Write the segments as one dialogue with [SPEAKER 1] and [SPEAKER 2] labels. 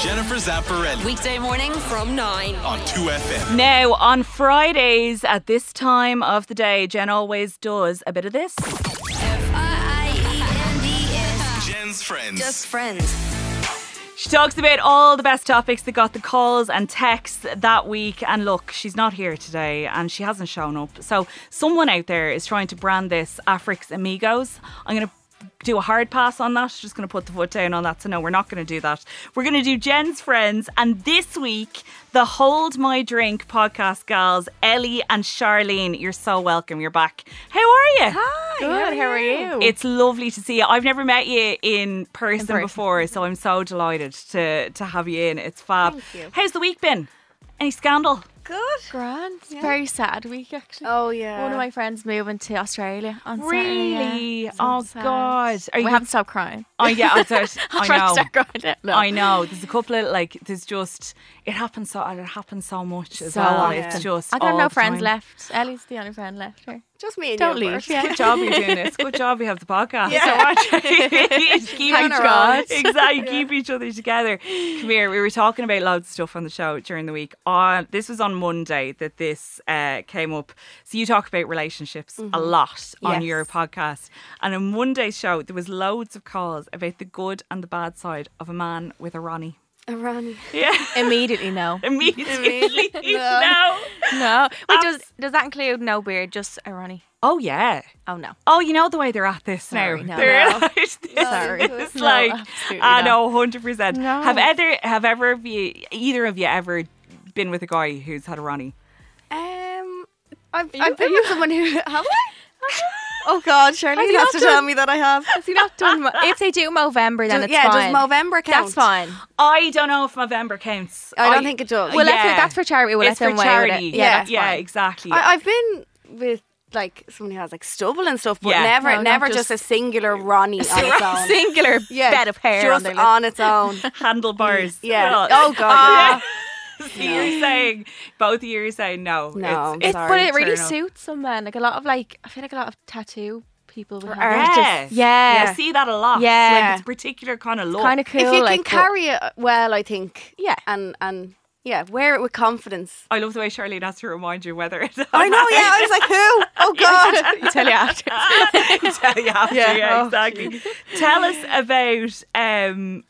[SPEAKER 1] Jennifer Zapparelli
[SPEAKER 2] Weekday morning from 9.
[SPEAKER 1] on 2FM.
[SPEAKER 3] Now, on Fridays at this time of the day, Jen always does a bit of this.
[SPEAKER 2] R-I-E-N-D-S.
[SPEAKER 1] Jen's friends.
[SPEAKER 2] Just friends.
[SPEAKER 3] She talks about all the best topics that got the calls and texts that week. And look, she's not here today and she hasn't shown up. So, someone out there is trying to brand this Afric's Amigos. I'm going to do a hard pass on that. Just going to put the foot down on that. So, no, we're not going to do that. We're going to do Jen's Friends. And this week, the Hold My Drink podcast gals, Ellie and Charlene, you're so welcome. You're back. How are you? Hi.
[SPEAKER 4] Good, how are you?
[SPEAKER 3] It's lovely to see you. I've never met you in person, before, so I'm so delighted to to have you in. It's fab. How's the week been? Any scandal?
[SPEAKER 4] good. Grand. It's a very sad week, actually.
[SPEAKER 5] Oh yeah.
[SPEAKER 4] One of my friends moving to Australia on Saturday.
[SPEAKER 3] Really?
[SPEAKER 4] yeah. So
[SPEAKER 3] Oh
[SPEAKER 4] sad.
[SPEAKER 3] God! Are
[SPEAKER 4] We
[SPEAKER 3] you?
[SPEAKER 4] haven't stopped crying.
[SPEAKER 3] oh yeah, I, thought-
[SPEAKER 4] I'll
[SPEAKER 3] I
[SPEAKER 4] try to
[SPEAKER 3] know.
[SPEAKER 4] start crying. No.
[SPEAKER 3] I know. There's a couple of like. There's just it happens so it happens so much as
[SPEAKER 4] So
[SPEAKER 3] well.
[SPEAKER 4] often.
[SPEAKER 3] It's just
[SPEAKER 4] I got
[SPEAKER 3] all
[SPEAKER 4] no
[SPEAKER 3] the
[SPEAKER 4] friends
[SPEAKER 3] time.
[SPEAKER 4] left. Ellie's the only friend left here.
[SPEAKER 5] Just me and
[SPEAKER 4] Don't
[SPEAKER 5] you.
[SPEAKER 4] leave.
[SPEAKER 5] Bert.
[SPEAKER 4] Yeah.
[SPEAKER 3] Good job you're doing this. Good job you have the podcast. So watch. keep
[SPEAKER 4] Thank
[SPEAKER 3] each-
[SPEAKER 4] God.
[SPEAKER 3] Exactly. Keep each other together. Come here. We were talking about loads of stuff on the show during the week. On this was on Monday that this uh, came up. So you talk about relationships a lot on
[SPEAKER 4] Yes.
[SPEAKER 3] your podcast. And on Monday's show there was loads of calls about the good and the bad side of a man with a Ronnie.
[SPEAKER 5] Oh, Ronnie.
[SPEAKER 3] Yeah.
[SPEAKER 4] Immediately, no.
[SPEAKER 3] Immediately.
[SPEAKER 5] No.
[SPEAKER 3] no.
[SPEAKER 4] No. Wait, does, does that include no beard, just irony?
[SPEAKER 3] Oh yeah.
[SPEAKER 4] Oh, no.
[SPEAKER 3] Oh, you know the way they're at this
[SPEAKER 4] Sorry,
[SPEAKER 3] now.
[SPEAKER 4] no.
[SPEAKER 3] They're
[SPEAKER 4] No.
[SPEAKER 3] like, this
[SPEAKER 4] Sorry.
[SPEAKER 3] is
[SPEAKER 4] No,
[SPEAKER 3] like,
[SPEAKER 4] absolutely
[SPEAKER 3] I
[SPEAKER 4] not.
[SPEAKER 3] know, hundred percent.
[SPEAKER 4] No.
[SPEAKER 3] Have either have ever of you either of you ever been with a guy who's had a Ronnie?
[SPEAKER 5] Um, I've, I've been with someone who have I? Oh God, Charlene has to tell me that I have.
[SPEAKER 4] You're not doing mo- if they do Movember, then
[SPEAKER 5] Do-
[SPEAKER 4] it's
[SPEAKER 5] yeah, does
[SPEAKER 4] fine.
[SPEAKER 5] Movember count?
[SPEAKER 4] That's fine.
[SPEAKER 3] I don't know if November counts.
[SPEAKER 5] I don't think it does.
[SPEAKER 4] Well,
[SPEAKER 5] Well,
[SPEAKER 4] that's, that's for charity. We'll
[SPEAKER 3] it's
[SPEAKER 4] let
[SPEAKER 3] for
[SPEAKER 4] them away with it.
[SPEAKER 3] charity.
[SPEAKER 4] Yeah,
[SPEAKER 5] Yeah.
[SPEAKER 4] that's
[SPEAKER 3] yeah,
[SPEAKER 4] fine.
[SPEAKER 3] exactly.
[SPEAKER 5] I, I've been with like someone who has like stubble and stuff, but
[SPEAKER 3] Yeah.
[SPEAKER 5] never,
[SPEAKER 4] No, not
[SPEAKER 5] never
[SPEAKER 4] just-
[SPEAKER 5] just, a singular Ronnie on its own.
[SPEAKER 4] Singular
[SPEAKER 5] Yeah,
[SPEAKER 4] bed of hair
[SPEAKER 5] just
[SPEAKER 4] on their lip.
[SPEAKER 5] on its own.
[SPEAKER 3] Handlebars.
[SPEAKER 5] Yeah.
[SPEAKER 3] Oh,
[SPEAKER 5] Oh God.
[SPEAKER 3] so you're saying both of you are saying no.
[SPEAKER 5] No,
[SPEAKER 3] it's-
[SPEAKER 5] I'm
[SPEAKER 4] It,
[SPEAKER 5] sorry.
[SPEAKER 4] but it really
[SPEAKER 3] turn up.
[SPEAKER 4] suits some men. Like a lot of like, I feel like a lot of tattoo people would
[SPEAKER 3] yeah.
[SPEAKER 4] have.
[SPEAKER 3] Yes.
[SPEAKER 4] yeah.
[SPEAKER 3] You see that a lot.
[SPEAKER 4] Yeah.
[SPEAKER 3] Like it's a particular kind of look.
[SPEAKER 4] Kind of cool.
[SPEAKER 5] If you can
[SPEAKER 4] like, but-
[SPEAKER 5] carry it well, I think.
[SPEAKER 4] Yeah.
[SPEAKER 5] And and yeah, wear it with confidence.
[SPEAKER 3] I love the way Charlene has to remind you whether it's
[SPEAKER 5] I know. Yeah, I was like, who? Oh God.
[SPEAKER 4] you tell you after.
[SPEAKER 3] tell you after. Yeah,
[SPEAKER 5] Yeah. Oh,
[SPEAKER 3] exactly. Tell us about um,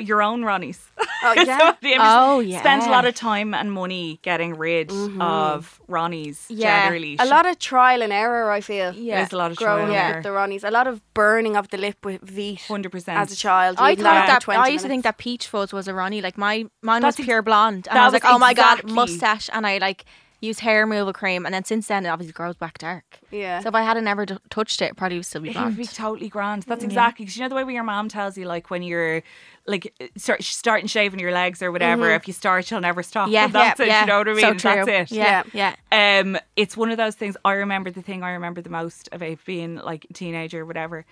[SPEAKER 3] your own Ronnies.
[SPEAKER 5] Oh yeah.
[SPEAKER 3] So they just
[SPEAKER 4] Oh, yeah.
[SPEAKER 3] Spend a lot of time and money getting rid of Ronnies
[SPEAKER 4] Yeah.
[SPEAKER 3] generally.
[SPEAKER 5] A lot of trial and error, I feel.
[SPEAKER 4] Yeah.
[SPEAKER 3] There's a lot of
[SPEAKER 5] Growing
[SPEAKER 3] trial and
[SPEAKER 5] up
[SPEAKER 3] error.
[SPEAKER 5] with the Ronnies. A lot of burning of the lip with Veet
[SPEAKER 3] 100%.
[SPEAKER 5] as a child.
[SPEAKER 4] I
[SPEAKER 5] even
[SPEAKER 4] thought
[SPEAKER 5] after
[SPEAKER 4] that
[SPEAKER 5] 20
[SPEAKER 4] I used to think that
[SPEAKER 5] minutes.
[SPEAKER 4] peach fuzz was a Ronnie. Like my mine
[SPEAKER 3] That's
[SPEAKER 4] was
[SPEAKER 3] ex-
[SPEAKER 4] pure blonde, and
[SPEAKER 3] that
[SPEAKER 4] I was
[SPEAKER 3] was
[SPEAKER 4] like, oh my god,
[SPEAKER 3] exactly-
[SPEAKER 4] mustache, and I like used hair removal cream, and then since then it obviously grows back dark.
[SPEAKER 5] Yeah.
[SPEAKER 4] So if I hadn't ever d- touched it, it probably would still be
[SPEAKER 3] It would be
[SPEAKER 4] blonde.
[SPEAKER 3] totally grand. That's exactly. 'cause you know the way when your mom tells you, like when you're like uh, start starting shaving your legs or whatever. If you start, you'll never stop.
[SPEAKER 4] Yeah,
[SPEAKER 3] and that's
[SPEAKER 4] yeah,
[SPEAKER 3] it.
[SPEAKER 4] yeah.
[SPEAKER 3] You know what I mean?
[SPEAKER 4] So true.
[SPEAKER 3] That's it.
[SPEAKER 4] Yeah,
[SPEAKER 5] Yeah.
[SPEAKER 4] yeah.
[SPEAKER 3] Um, it's one of those things. I remember the thing I remember the most about being like a teenager or whatever.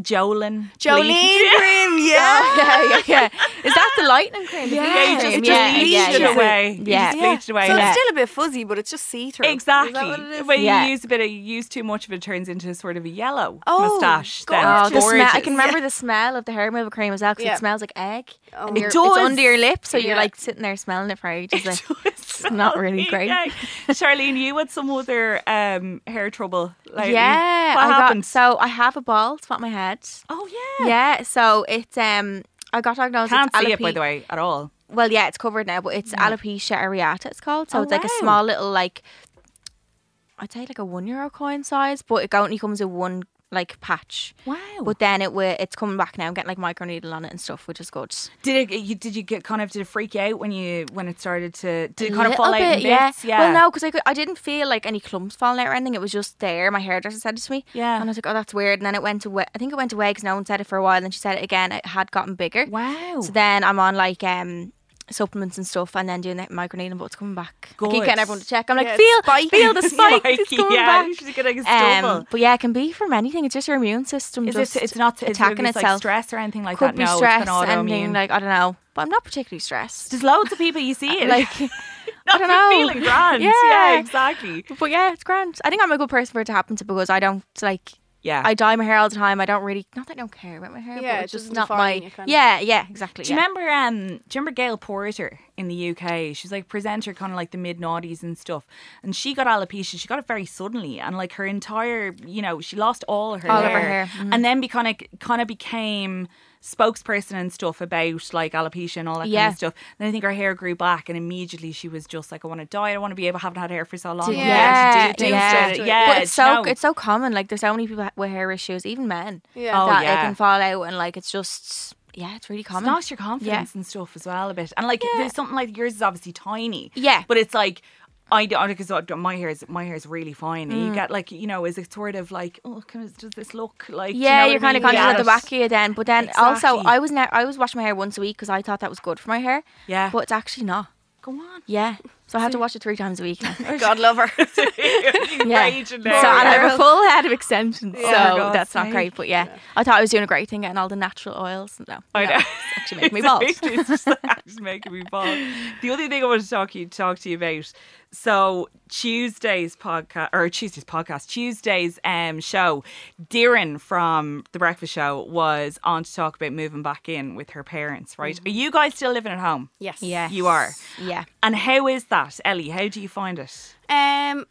[SPEAKER 3] Jolene.
[SPEAKER 5] Jolene Grimm, yeah.
[SPEAKER 4] yeah, yeah, yeah. Is that the lightning cream? The
[SPEAKER 3] Yeah, you
[SPEAKER 4] peach
[SPEAKER 3] just,
[SPEAKER 4] cream?
[SPEAKER 3] it just
[SPEAKER 4] yeah,
[SPEAKER 3] bleached
[SPEAKER 4] yeah,
[SPEAKER 3] it
[SPEAKER 4] yeah.
[SPEAKER 3] away.
[SPEAKER 4] Yeah.
[SPEAKER 3] You just bleached it away.
[SPEAKER 5] So
[SPEAKER 4] Yeah.
[SPEAKER 5] it's still a bit fuzzy, but it's just see through.
[SPEAKER 3] Exactly.
[SPEAKER 5] what it is?
[SPEAKER 3] When
[SPEAKER 4] Yeah.
[SPEAKER 3] you use a bit of use too much of it, it turns into sort of a yellow
[SPEAKER 5] Oh,
[SPEAKER 3] mustache. Then.
[SPEAKER 4] Oh, the smell! I
[SPEAKER 3] Gorgeous.
[SPEAKER 4] can remember the smell of the hair removal cream as well because
[SPEAKER 5] Yeah.
[SPEAKER 4] it smells like egg.
[SPEAKER 5] Oh.
[SPEAKER 4] and
[SPEAKER 5] It
[SPEAKER 4] you're-
[SPEAKER 3] does.
[SPEAKER 4] It's under your lip, so you're
[SPEAKER 5] Yeah.
[SPEAKER 4] like sitting there smelling it for ages. Like,
[SPEAKER 3] it's
[SPEAKER 4] not really great.
[SPEAKER 3] Charlene, you had some other um, hair trouble. Lately.
[SPEAKER 4] yeah,
[SPEAKER 3] What
[SPEAKER 4] I
[SPEAKER 3] happened?
[SPEAKER 4] Got, so I have a bald spot on my head.
[SPEAKER 3] oh yeah.
[SPEAKER 4] Yeah, so it's um. I got diagnosed
[SPEAKER 3] Can't
[SPEAKER 4] with
[SPEAKER 3] see it by
[SPEAKER 4] alope-
[SPEAKER 3] the way at all.
[SPEAKER 4] Well, yeah, it's covered now, but it's alopecia areata. It's called. So
[SPEAKER 3] Oh,
[SPEAKER 4] it's like a
[SPEAKER 3] wow.
[SPEAKER 4] small little like. I'd say like a one euro coin size, but it only comes in one like patch.
[SPEAKER 3] Wow.
[SPEAKER 4] But then it will. It's coming back now. I'm getting like microneedle on it and stuff, which is good.
[SPEAKER 3] Did it? You, did you get kind of did it freak you out when you when it started to? Did it
[SPEAKER 4] A
[SPEAKER 3] kind of fall out?
[SPEAKER 4] little
[SPEAKER 3] in
[SPEAKER 4] bit, yeah.
[SPEAKER 3] bits? yeah.
[SPEAKER 4] Well, no, because I, could- I didn't feel like any clumps falling out or anything. It was just there. My hairdresser said it to me.
[SPEAKER 3] Yeah.
[SPEAKER 4] And I was like, oh, that's weird. And then it went away. I think it went away because no one said it for a while. And then she said it again. It had gotten bigger.
[SPEAKER 3] Wow.
[SPEAKER 4] So then I'm on like um supplements and stuff, and then doing that microneedling, but it's coming back. I keep
[SPEAKER 3] Good.
[SPEAKER 4] getting everyone to check. I'm like,
[SPEAKER 5] Yeah, it's
[SPEAKER 4] feel,
[SPEAKER 5] spiky.
[SPEAKER 4] feel the spike. It's
[SPEAKER 3] Spiky,
[SPEAKER 4] coming
[SPEAKER 3] yeah,
[SPEAKER 4] back. Um,
[SPEAKER 3] she's getting a stubble.
[SPEAKER 4] but yeah, it can be from anything. It's just your immune system.
[SPEAKER 3] Is
[SPEAKER 4] just
[SPEAKER 3] it? It's not it's
[SPEAKER 4] attacking
[SPEAKER 3] it's Like
[SPEAKER 4] itself.
[SPEAKER 3] stress or anything like
[SPEAKER 4] Could
[SPEAKER 3] that.
[SPEAKER 4] be
[SPEAKER 3] no,
[SPEAKER 4] stress,
[SPEAKER 3] it's an
[SPEAKER 4] anything
[SPEAKER 3] autoimmune.
[SPEAKER 4] like I don't know. But I'm not particularly stressed.
[SPEAKER 3] There's loads of people you see it.
[SPEAKER 4] Like,
[SPEAKER 3] not
[SPEAKER 4] I don't
[SPEAKER 3] for
[SPEAKER 4] know.
[SPEAKER 3] Feeling grand.
[SPEAKER 4] Yeah.
[SPEAKER 3] yeah exactly.
[SPEAKER 4] But yeah, it's grand. I think I'm a good person for it to happen to because I don't like
[SPEAKER 3] Yeah.
[SPEAKER 4] I dye my hair all the time. I don't really, not that I don't care about my hair,
[SPEAKER 5] Yeah,
[SPEAKER 4] but
[SPEAKER 5] it
[SPEAKER 4] it's just
[SPEAKER 5] doesn't
[SPEAKER 4] not
[SPEAKER 5] define
[SPEAKER 4] my.
[SPEAKER 5] you, kind of.
[SPEAKER 4] yeah, yeah, exactly.
[SPEAKER 3] Do you
[SPEAKER 4] yeah.
[SPEAKER 3] remember um do you remember Gail Porter in the UK? She's like a presenter kind of like the mid noughties and stuff. And she got alopecia. She got it very suddenly and like her entire you know, she lost all her
[SPEAKER 4] All of
[SPEAKER 3] hair.
[SPEAKER 4] her hair, mhm.
[SPEAKER 3] And then be kind of kind of became spokesperson and stuff about like alopecia and all that kind
[SPEAKER 4] Yeah.
[SPEAKER 3] of stuff. And I think her hair grew back and immediately she was just like, I want to die, I want to be able I haven't had hair for so long. I wanna be able to
[SPEAKER 4] Yeah,
[SPEAKER 3] do things
[SPEAKER 4] yeah.
[SPEAKER 3] that- yeah.
[SPEAKER 4] But it's
[SPEAKER 3] do you
[SPEAKER 4] so
[SPEAKER 3] know?
[SPEAKER 4] it's so common. Like there's so many people ha- with hair issues, even men.
[SPEAKER 5] Yeah.
[SPEAKER 3] Oh,
[SPEAKER 4] that
[SPEAKER 3] yeah.
[SPEAKER 4] it can fall out, and like it's just yeah, it's really
[SPEAKER 3] It's
[SPEAKER 4] common.
[SPEAKER 3] knocks your confidence and stuff as well a bit. And like, there's something like yours is obviously tiny.
[SPEAKER 4] Yeah.
[SPEAKER 3] But it's like, I don't because my hair is my hair is really fine. And
[SPEAKER 4] Mm.
[SPEAKER 3] you get like you know is it sort of like oh can, does this look like do you
[SPEAKER 4] yeah,
[SPEAKER 3] know
[SPEAKER 4] you are
[SPEAKER 3] what I
[SPEAKER 4] kind
[SPEAKER 3] mean?
[SPEAKER 4] of conscious
[SPEAKER 3] yeah.
[SPEAKER 4] of the back of you then. But then also,
[SPEAKER 3] Exactly.
[SPEAKER 4] I was ne- I was washing my hair once a week because I thought that was good for my hair.
[SPEAKER 3] Yeah.
[SPEAKER 4] but it's actually not.
[SPEAKER 3] Go on.
[SPEAKER 4] Yeah, so I had to wash it three times a week. now.
[SPEAKER 5] God love her.
[SPEAKER 4] yeah, so
[SPEAKER 3] Raging
[SPEAKER 4] and
[SPEAKER 3] there.
[SPEAKER 4] I have
[SPEAKER 5] Girl.
[SPEAKER 4] a full head of extensions,
[SPEAKER 3] for
[SPEAKER 4] so
[SPEAKER 3] God's
[SPEAKER 4] that's not
[SPEAKER 3] sake.
[SPEAKER 4] great. But yeah, I thought I was doing a great thing getting all the natural oils. No,
[SPEAKER 3] I
[SPEAKER 4] no,
[SPEAKER 3] know.
[SPEAKER 4] it's actually making me bald.
[SPEAKER 3] It's, just it's making me bald. The other thing I want to talk you talk to you about. So Tuesday's podcast or Tuesday's podcast, Tuesday's um show, Darren from The Breakfast Show was on to talk about moving back in with her parents, right? Are you guys still living at home?
[SPEAKER 5] Mm-hmm. yes.
[SPEAKER 3] You are.
[SPEAKER 4] Yeah.
[SPEAKER 3] And how is that, Ellie? How do you find it?
[SPEAKER 5] Um,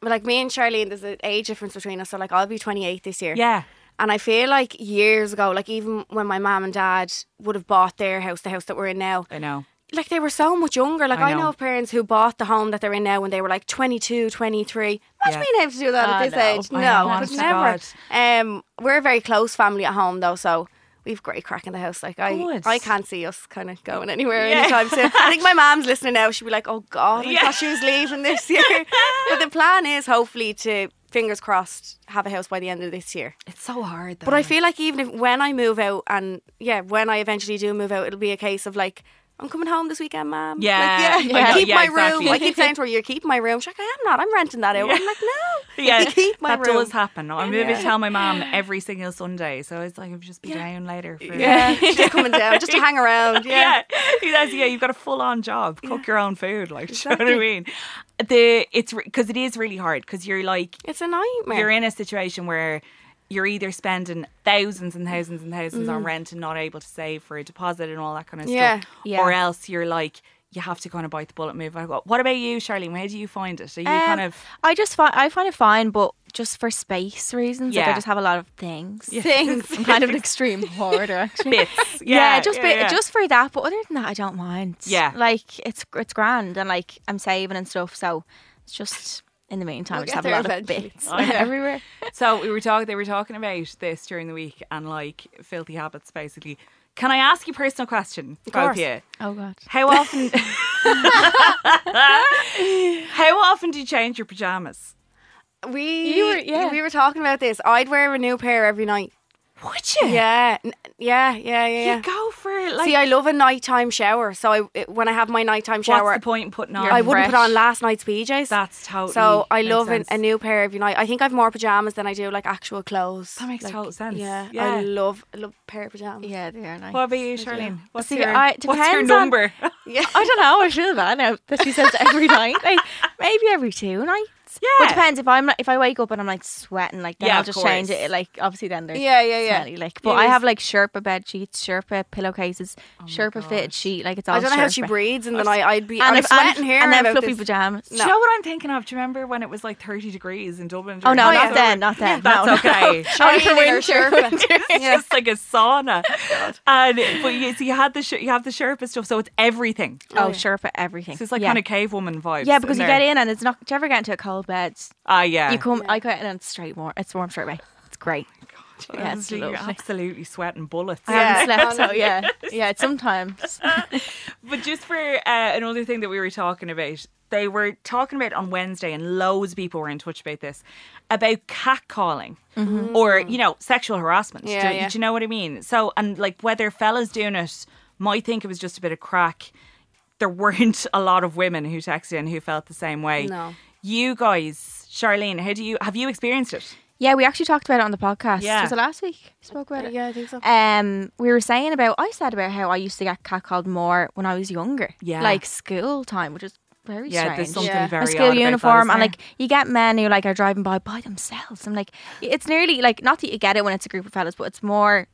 [SPEAKER 5] but like me and Charlene, there's an age difference between us. So like I'll be 28 this year.
[SPEAKER 3] Yeah.
[SPEAKER 5] And I feel like years ago, like even when my mom and dad would have bought their house, the house that we're in now,
[SPEAKER 3] I know.
[SPEAKER 5] like they were so much younger. Like
[SPEAKER 3] I
[SPEAKER 5] I know,
[SPEAKER 3] know.
[SPEAKER 5] of parents who bought the home that they're in now when they were like 22, 23. Imagine
[SPEAKER 3] Yeah.
[SPEAKER 5] being able to do that
[SPEAKER 4] Ah,
[SPEAKER 5] at this
[SPEAKER 4] no.
[SPEAKER 5] age.
[SPEAKER 3] I
[SPEAKER 5] No,
[SPEAKER 3] know,
[SPEAKER 5] I
[SPEAKER 3] honest
[SPEAKER 5] could
[SPEAKER 3] to
[SPEAKER 5] never. Um, we're a very close family at home though, so we've great crack in the house. Like I,
[SPEAKER 3] Good.
[SPEAKER 5] I can't see us kind of going anywhere
[SPEAKER 3] Yeah.
[SPEAKER 5] anytime soon. I think my mom's listening now. She'll be like, "Oh God, I
[SPEAKER 3] Yeah.
[SPEAKER 5] thought she was leaving this year." but the plan is hopefully to. Fingers crossed, have a house by the end of this year.
[SPEAKER 3] It's so hard though.
[SPEAKER 5] But I feel like even if when I move out and yeah, when I eventually do move out, it'll be a case of like, I'm coming home this weekend, ma'am.
[SPEAKER 3] Yeah.
[SPEAKER 5] Like, yeah,
[SPEAKER 3] I
[SPEAKER 5] I
[SPEAKER 3] know,
[SPEAKER 5] keep
[SPEAKER 3] yeah,
[SPEAKER 5] my
[SPEAKER 3] exactly.
[SPEAKER 5] room. I keep saying to her, You're keeping my room. She's like, I am not, I'm renting that out. I'm like, No.
[SPEAKER 3] yeah,
[SPEAKER 5] You keep my
[SPEAKER 3] that
[SPEAKER 5] room.
[SPEAKER 3] does happen. I maybe tell my mom every single Sunday, so it's like I'll just be down later. For
[SPEAKER 5] Yeah. She's just coming down, just to hang around. Yeah.
[SPEAKER 3] yeah. He says, yeah, you've got a full on job. Cook your own food. Like, do you know what I mean? The, it's because it is really hard because you're like,
[SPEAKER 5] It's a nightmare.
[SPEAKER 3] you're in a situation where you're either spending thousands and thousands and thousands on rent and not able to save for a deposit and all that kind of
[SPEAKER 5] Yeah.
[SPEAKER 3] stuff.
[SPEAKER 4] Yeah.
[SPEAKER 3] Or else you're like, you have to kind of bite the bullet and move. on. What about you, Charlene? How do you find it? Are you kind
[SPEAKER 4] Um,
[SPEAKER 3] of.
[SPEAKER 4] I just find I find it fine, but just for space reasons, like
[SPEAKER 3] Yeah.
[SPEAKER 4] I just have a lot of things.
[SPEAKER 5] Things.
[SPEAKER 4] I'm kind of an extreme hoarder, actually.
[SPEAKER 3] Bits.
[SPEAKER 4] Yeah,
[SPEAKER 3] Yeah,
[SPEAKER 4] just
[SPEAKER 3] yeah,
[SPEAKER 4] bit,
[SPEAKER 3] yeah.
[SPEAKER 4] just for that. But other than that, I don't mind.
[SPEAKER 3] Yeah.
[SPEAKER 4] like it's it's grand, and like I'm saving and stuff. So it's just in the meantime, I just
[SPEAKER 5] get
[SPEAKER 4] have a
[SPEAKER 5] there
[SPEAKER 4] lot
[SPEAKER 5] eventually.
[SPEAKER 4] of bits
[SPEAKER 3] I know.
[SPEAKER 4] everywhere.
[SPEAKER 3] So we were talking. They were talking about this during the week and like filthy habits, basically. Can I ask you a personal question, both of
[SPEAKER 5] course.
[SPEAKER 3] you?
[SPEAKER 4] Oh god.
[SPEAKER 3] How often? how often do you change your pajamas?
[SPEAKER 5] we
[SPEAKER 4] You were- yeah.
[SPEAKER 5] we were talking about this. I'd wear a new pair every night.
[SPEAKER 3] Would you?
[SPEAKER 5] Yeah. N- Yeah, yeah, yeah, yeah.
[SPEAKER 3] You go for like.
[SPEAKER 5] See, I love a nighttime shower. So I, it- when I have my nighttime shower,
[SPEAKER 3] what's the point in putting on?
[SPEAKER 5] I wouldn't put
[SPEAKER 4] fresh.
[SPEAKER 5] on last night's PJs.
[SPEAKER 3] That's totally.
[SPEAKER 5] So I
[SPEAKER 3] makes
[SPEAKER 5] love an,
[SPEAKER 3] sense.
[SPEAKER 5] a new pair every night. I think I've more pajamas than I do like actual clothes.
[SPEAKER 3] That makes
[SPEAKER 5] like,
[SPEAKER 3] total sense.
[SPEAKER 5] Yeah,
[SPEAKER 3] Yeah.
[SPEAKER 5] I love I love a pair of pajamas.
[SPEAKER 4] Yeah, they are nice.
[SPEAKER 3] What about you, Charlene? What's
[SPEAKER 4] See,
[SPEAKER 3] your
[SPEAKER 4] I-
[SPEAKER 3] What's your
[SPEAKER 4] depends on-
[SPEAKER 3] number?
[SPEAKER 5] Yeah,
[SPEAKER 4] I don't know. I feel bad now that she says every night. Like maybe every two nights. Well,
[SPEAKER 3] Yeah.
[SPEAKER 4] it depends if I'm like, if I wake up and I'm like sweating, like then
[SPEAKER 3] Yeah,
[SPEAKER 4] I'll
[SPEAKER 3] of
[SPEAKER 4] just change
[SPEAKER 3] course.
[SPEAKER 4] it. Like obviously then they're
[SPEAKER 5] Yeah, yeah, yeah.
[SPEAKER 4] smelly, like but
[SPEAKER 5] Yeah,
[SPEAKER 4] I
[SPEAKER 5] yeah.
[SPEAKER 4] have like Sherpa bed sheets, Sherpa pillowcases,
[SPEAKER 3] Oh
[SPEAKER 4] Sherpa fitted sheet. Like it's all.
[SPEAKER 5] I don't know how she
[SPEAKER 4] Sherpa.
[SPEAKER 5] breathes, and then I I'd be
[SPEAKER 4] And
[SPEAKER 5] I'm
[SPEAKER 4] if-
[SPEAKER 5] sweating here
[SPEAKER 4] and then
[SPEAKER 5] about
[SPEAKER 4] fluffy
[SPEAKER 5] this.
[SPEAKER 4] pajamas.
[SPEAKER 3] Do you know what I'm thinking of? Do you remember when it was like 30 degrees in Dublin?
[SPEAKER 4] Oh
[SPEAKER 3] during
[SPEAKER 4] no,
[SPEAKER 3] the
[SPEAKER 4] not
[SPEAKER 3] summer?
[SPEAKER 4] then, not then.
[SPEAKER 3] That's
[SPEAKER 4] no, no.
[SPEAKER 3] okay.
[SPEAKER 5] Charlene
[SPEAKER 4] for
[SPEAKER 5] in her
[SPEAKER 4] winter.
[SPEAKER 5] Sherpa.
[SPEAKER 3] It's just like a sauna. And but you, so you had the Sher- you have the Sherpa stuff, so it's everything.
[SPEAKER 4] Oh, Sherpa everything.
[SPEAKER 3] So it's like
[SPEAKER 4] yeah.
[SPEAKER 3] kind of cavewoman vibes.
[SPEAKER 4] yeah, because you
[SPEAKER 3] there.
[SPEAKER 4] get in and it's not. Do you ever get into a cold bed?
[SPEAKER 3] Ah, yeah.
[SPEAKER 4] You come, I go in and it's straight warm. It's warm straight away. It's great. yeah, it's
[SPEAKER 3] So you're
[SPEAKER 4] lovely.
[SPEAKER 3] absolutely sweating bullets.
[SPEAKER 4] I haven't
[SPEAKER 5] Yeah.
[SPEAKER 4] slept, so yeah, yeah. It's sometimes.
[SPEAKER 3] But just for uh, another thing that we were talking about, they were talking about on Wednesday, and loads of people were in touch about this about catcalling or you know sexual harassment.
[SPEAKER 5] Mm-hmm. Yeah,
[SPEAKER 3] do,
[SPEAKER 5] yeah.
[SPEAKER 3] do you know what I mean? So and like whether fellas doing it might think it was just a bit of crack. There weren't a lot of women who texted in who felt the same way.
[SPEAKER 5] No.
[SPEAKER 3] You guys, Charlene, how do you have you experienced it?
[SPEAKER 4] Yeah, we actually talked about it on the podcast.
[SPEAKER 3] Yeah.
[SPEAKER 4] Was it last week? We spoke about it.
[SPEAKER 5] Yeah, I think so.
[SPEAKER 4] Um, we were saying about I said about how I used to get catcalled more when I was younger.
[SPEAKER 3] Yeah.
[SPEAKER 4] Like school time, which is very
[SPEAKER 3] Yeah,
[SPEAKER 4] strange.
[SPEAKER 3] there's something
[SPEAKER 5] Yeah. A
[SPEAKER 3] very
[SPEAKER 4] a
[SPEAKER 3] odd
[SPEAKER 4] school
[SPEAKER 3] about that,
[SPEAKER 4] uniform, and
[SPEAKER 3] isn't
[SPEAKER 4] like you get men who like are driving by by themselves. I'm like, it's nearly like not that you get it when it's a group of fellas, but it's more.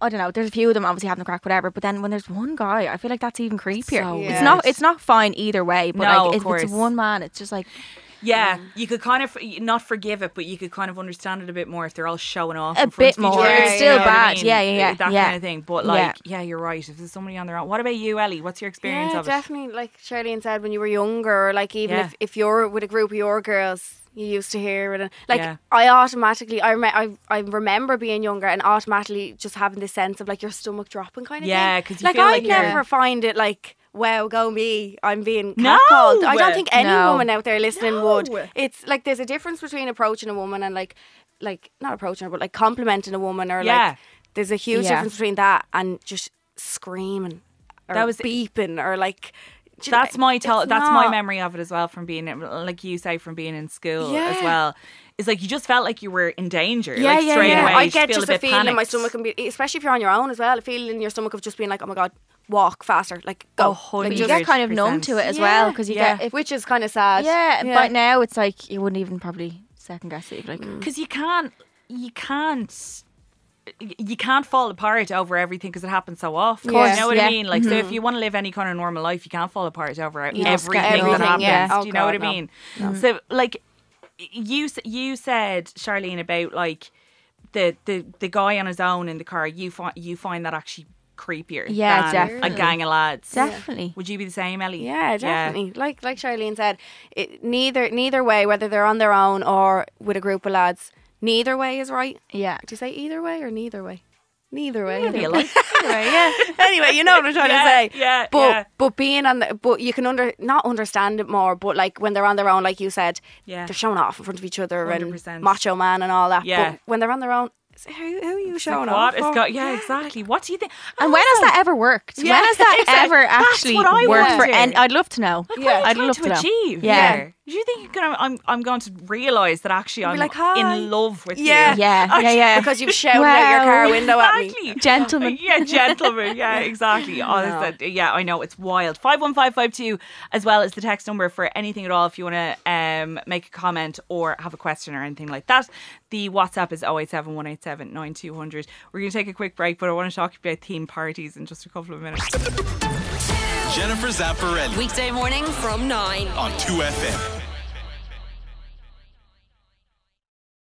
[SPEAKER 4] I don't know. There's a few of them obviously having a crack, whatever. But then when there's one guy, I feel like that's even creepier.
[SPEAKER 3] so
[SPEAKER 5] Yeah.
[SPEAKER 4] It's not. It's not fine either way. But
[SPEAKER 3] No,
[SPEAKER 4] like,
[SPEAKER 3] of
[SPEAKER 4] if
[SPEAKER 3] course.
[SPEAKER 4] it's one man, it's just like
[SPEAKER 3] Yeah,
[SPEAKER 5] Mm.
[SPEAKER 3] you could kind of not forgive it, but you could kind of understand it a bit more if they're all showing off
[SPEAKER 4] A
[SPEAKER 3] in front
[SPEAKER 4] bit
[SPEAKER 3] of each
[SPEAKER 4] more.
[SPEAKER 3] other,
[SPEAKER 5] It's
[SPEAKER 3] you
[SPEAKER 5] still
[SPEAKER 3] know what I
[SPEAKER 4] bad.
[SPEAKER 3] mean?
[SPEAKER 4] Yeah, yeah, yeah,
[SPEAKER 3] that
[SPEAKER 4] yeah.
[SPEAKER 3] kind of thing. But like, yeah. you're right. If there's somebody on their own, what about you, Ellie? What's your experience
[SPEAKER 5] yeah,
[SPEAKER 3] of it?
[SPEAKER 5] definitely. Like Charlene said, when you were younger, or like even
[SPEAKER 3] Yeah.
[SPEAKER 5] if, if you're with a group of your girls, you used to hear it. And like
[SPEAKER 3] Yeah.
[SPEAKER 5] I automatically, I, rem- I I remember being younger and automatically just having this sense of like your stomach dropping kind of
[SPEAKER 3] Yeah,
[SPEAKER 5] thing.
[SPEAKER 3] 'cause you
[SPEAKER 5] like
[SPEAKER 3] feel
[SPEAKER 5] I
[SPEAKER 3] like you're-
[SPEAKER 5] never find it like. Wow, go me! I'm being
[SPEAKER 3] No!
[SPEAKER 5] catcalled. I don't think any
[SPEAKER 4] No.
[SPEAKER 5] woman out there listening would.
[SPEAKER 3] No.
[SPEAKER 5] It's like there's a difference between approaching a woman and like, like not approaching her, but like complimenting a woman or
[SPEAKER 3] Yeah.
[SPEAKER 5] like. There's a huge
[SPEAKER 4] Yeah.
[SPEAKER 5] difference between that and just screaming or
[SPEAKER 3] That was-
[SPEAKER 5] beeping or like do you know-
[SPEAKER 3] That's my tell.
[SPEAKER 5] it's
[SPEAKER 3] That's my
[SPEAKER 5] not-
[SPEAKER 3] memory of it as well from being like you say from being in school as
[SPEAKER 5] Yeah.
[SPEAKER 3] well. It's like you just felt like you were in danger.
[SPEAKER 5] yeah,
[SPEAKER 3] like,
[SPEAKER 5] yeah,
[SPEAKER 3] straight
[SPEAKER 5] yeah.
[SPEAKER 3] Away,
[SPEAKER 5] I
[SPEAKER 3] you
[SPEAKER 5] get
[SPEAKER 3] feel
[SPEAKER 5] just
[SPEAKER 3] a,
[SPEAKER 5] a,
[SPEAKER 3] bit
[SPEAKER 5] feeling in my
[SPEAKER 3] panicked.
[SPEAKER 5] stomach, can be, especially if you're on your own as well. A feeling in your stomach of just being like, oh my god, walk faster, like
[SPEAKER 3] Oh,
[SPEAKER 5] go,
[SPEAKER 3] holy
[SPEAKER 5] like,
[SPEAKER 4] you
[SPEAKER 5] just-
[SPEAKER 4] get kind of numb to it as well
[SPEAKER 5] Yeah.
[SPEAKER 4] because you
[SPEAKER 3] Yeah.
[SPEAKER 4] get if,
[SPEAKER 5] which is kind of sad.
[SPEAKER 4] yeah, But now it's like you wouldn't even probably second guess it. Like,
[SPEAKER 3] because you can't you can't you can't fall apart over everything because it happens so often.
[SPEAKER 5] Of course, Mm-hmm.
[SPEAKER 3] you know what I
[SPEAKER 4] yeah.
[SPEAKER 3] mean? Like, so if you want to live any kind of normal life, you can't fall apart over everything,
[SPEAKER 5] just get
[SPEAKER 3] that
[SPEAKER 5] everything,
[SPEAKER 3] happens.
[SPEAKER 5] yeah.
[SPEAKER 3] Do you
[SPEAKER 5] Oh,
[SPEAKER 3] know what I
[SPEAKER 5] God, no.
[SPEAKER 3] mean? So, like, you s- you said Charlene about like the the the guy on his own in the car. You find you find that actually creepier.
[SPEAKER 4] Yeah,
[SPEAKER 3] than
[SPEAKER 4] definitely.
[SPEAKER 3] A gang of lads.
[SPEAKER 4] definitely.
[SPEAKER 3] Would you be the same, Ellie?
[SPEAKER 5] Yeah, definitely. Like like Charlene said, it, neither neither way, whether they're on their own or with a group of lads, neither way is right.
[SPEAKER 4] Yeah.
[SPEAKER 5] Do you say either way or neither way? Neither way.
[SPEAKER 3] Maybe a lot.
[SPEAKER 4] Anyway, yeah.
[SPEAKER 5] anyway, you know what I'm trying
[SPEAKER 3] Yeah,
[SPEAKER 5] to say.
[SPEAKER 3] yeah,
[SPEAKER 5] But
[SPEAKER 3] yeah.
[SPEAKER 5] but being on the but you can under not understand it more, but like when they're on their own, like you said,
[SPEAKER 3] Yeah.
[SPEAKER 5] they're showing off in front of each other
[SPEAKER 3] 100%.
[SPEAKER 5] and macho man and all that.
[SPEAKER 3] Yeah.
[SPEAKER 5] But when they're on their own, it's- who who are you
[SPEAKER 3] What?
[SPEAKER 5] showing off? Oh.
[SPEAKER 3] It's
[SPEAKER 5] for?
[SPEAKER 3] got yeah, exactly. What do you think?
[SPEAKER 4] And when has that ever worked?
[SPEAKER 3] Oh. Yeah,
[SPEAKER 4] when has that
[SPEAKER 3] exactly.
[SPEAKER 4] ever
[SPEAKER 3] That's
[SPEAKER 4] actually
[SPEAKER 3] what I
[SPEAKER 4] worked for?
[SPEAKER 3] wonder.
[SPEAKER 4] And I'd love to know.
[SPEAKER 5] Yeah.
[SPEAKER 3] What
[SPEAKER 4] I'd
[SPEAKER 3] are you
[SPEAKER 4] love
[SPEAKER 3] trying to,
[SPEAKER 4] know.
[SPEAKER 3] achieve.
[SPEAKER 4] Yeah.
[SPEAKER 3] here? Do you think you're gonna, I'm I'm going to realise that actually I'm
[SPEAKER 5] like, "Hi."
[SPEAKER 3] in love with
[SPEAKER 5] Yeah.
[SPEAKER 3] you?
[SPEAKER 4] Yeah, yeah, yeah.
[SPEAKER 5] Because you've shouted out your car
[SPEAKER 4] Wow.
[SPEAKER 5] window at me.
[SPEAKER 3] exactly.
[SPEAKER 4] Gentlemen.
[SPEAKER 3] Yeah, gentlemen. Yeah, exactly. Oh, that's that- yeah, I know it's wild. Five one five five two, as well as the text number for anything at all. If you want to um, make a comment or have a question or anything like that, the WhatsApp is 087-187-9200. We're going to take a quick break, but I want to talk about theme parties in just a couple of minutes.
[SPEAKER 1] Jennifer Zapparelli
[SPEAKER 2] Weekday morning from 9.
[SPEAKER 1] on 2FM.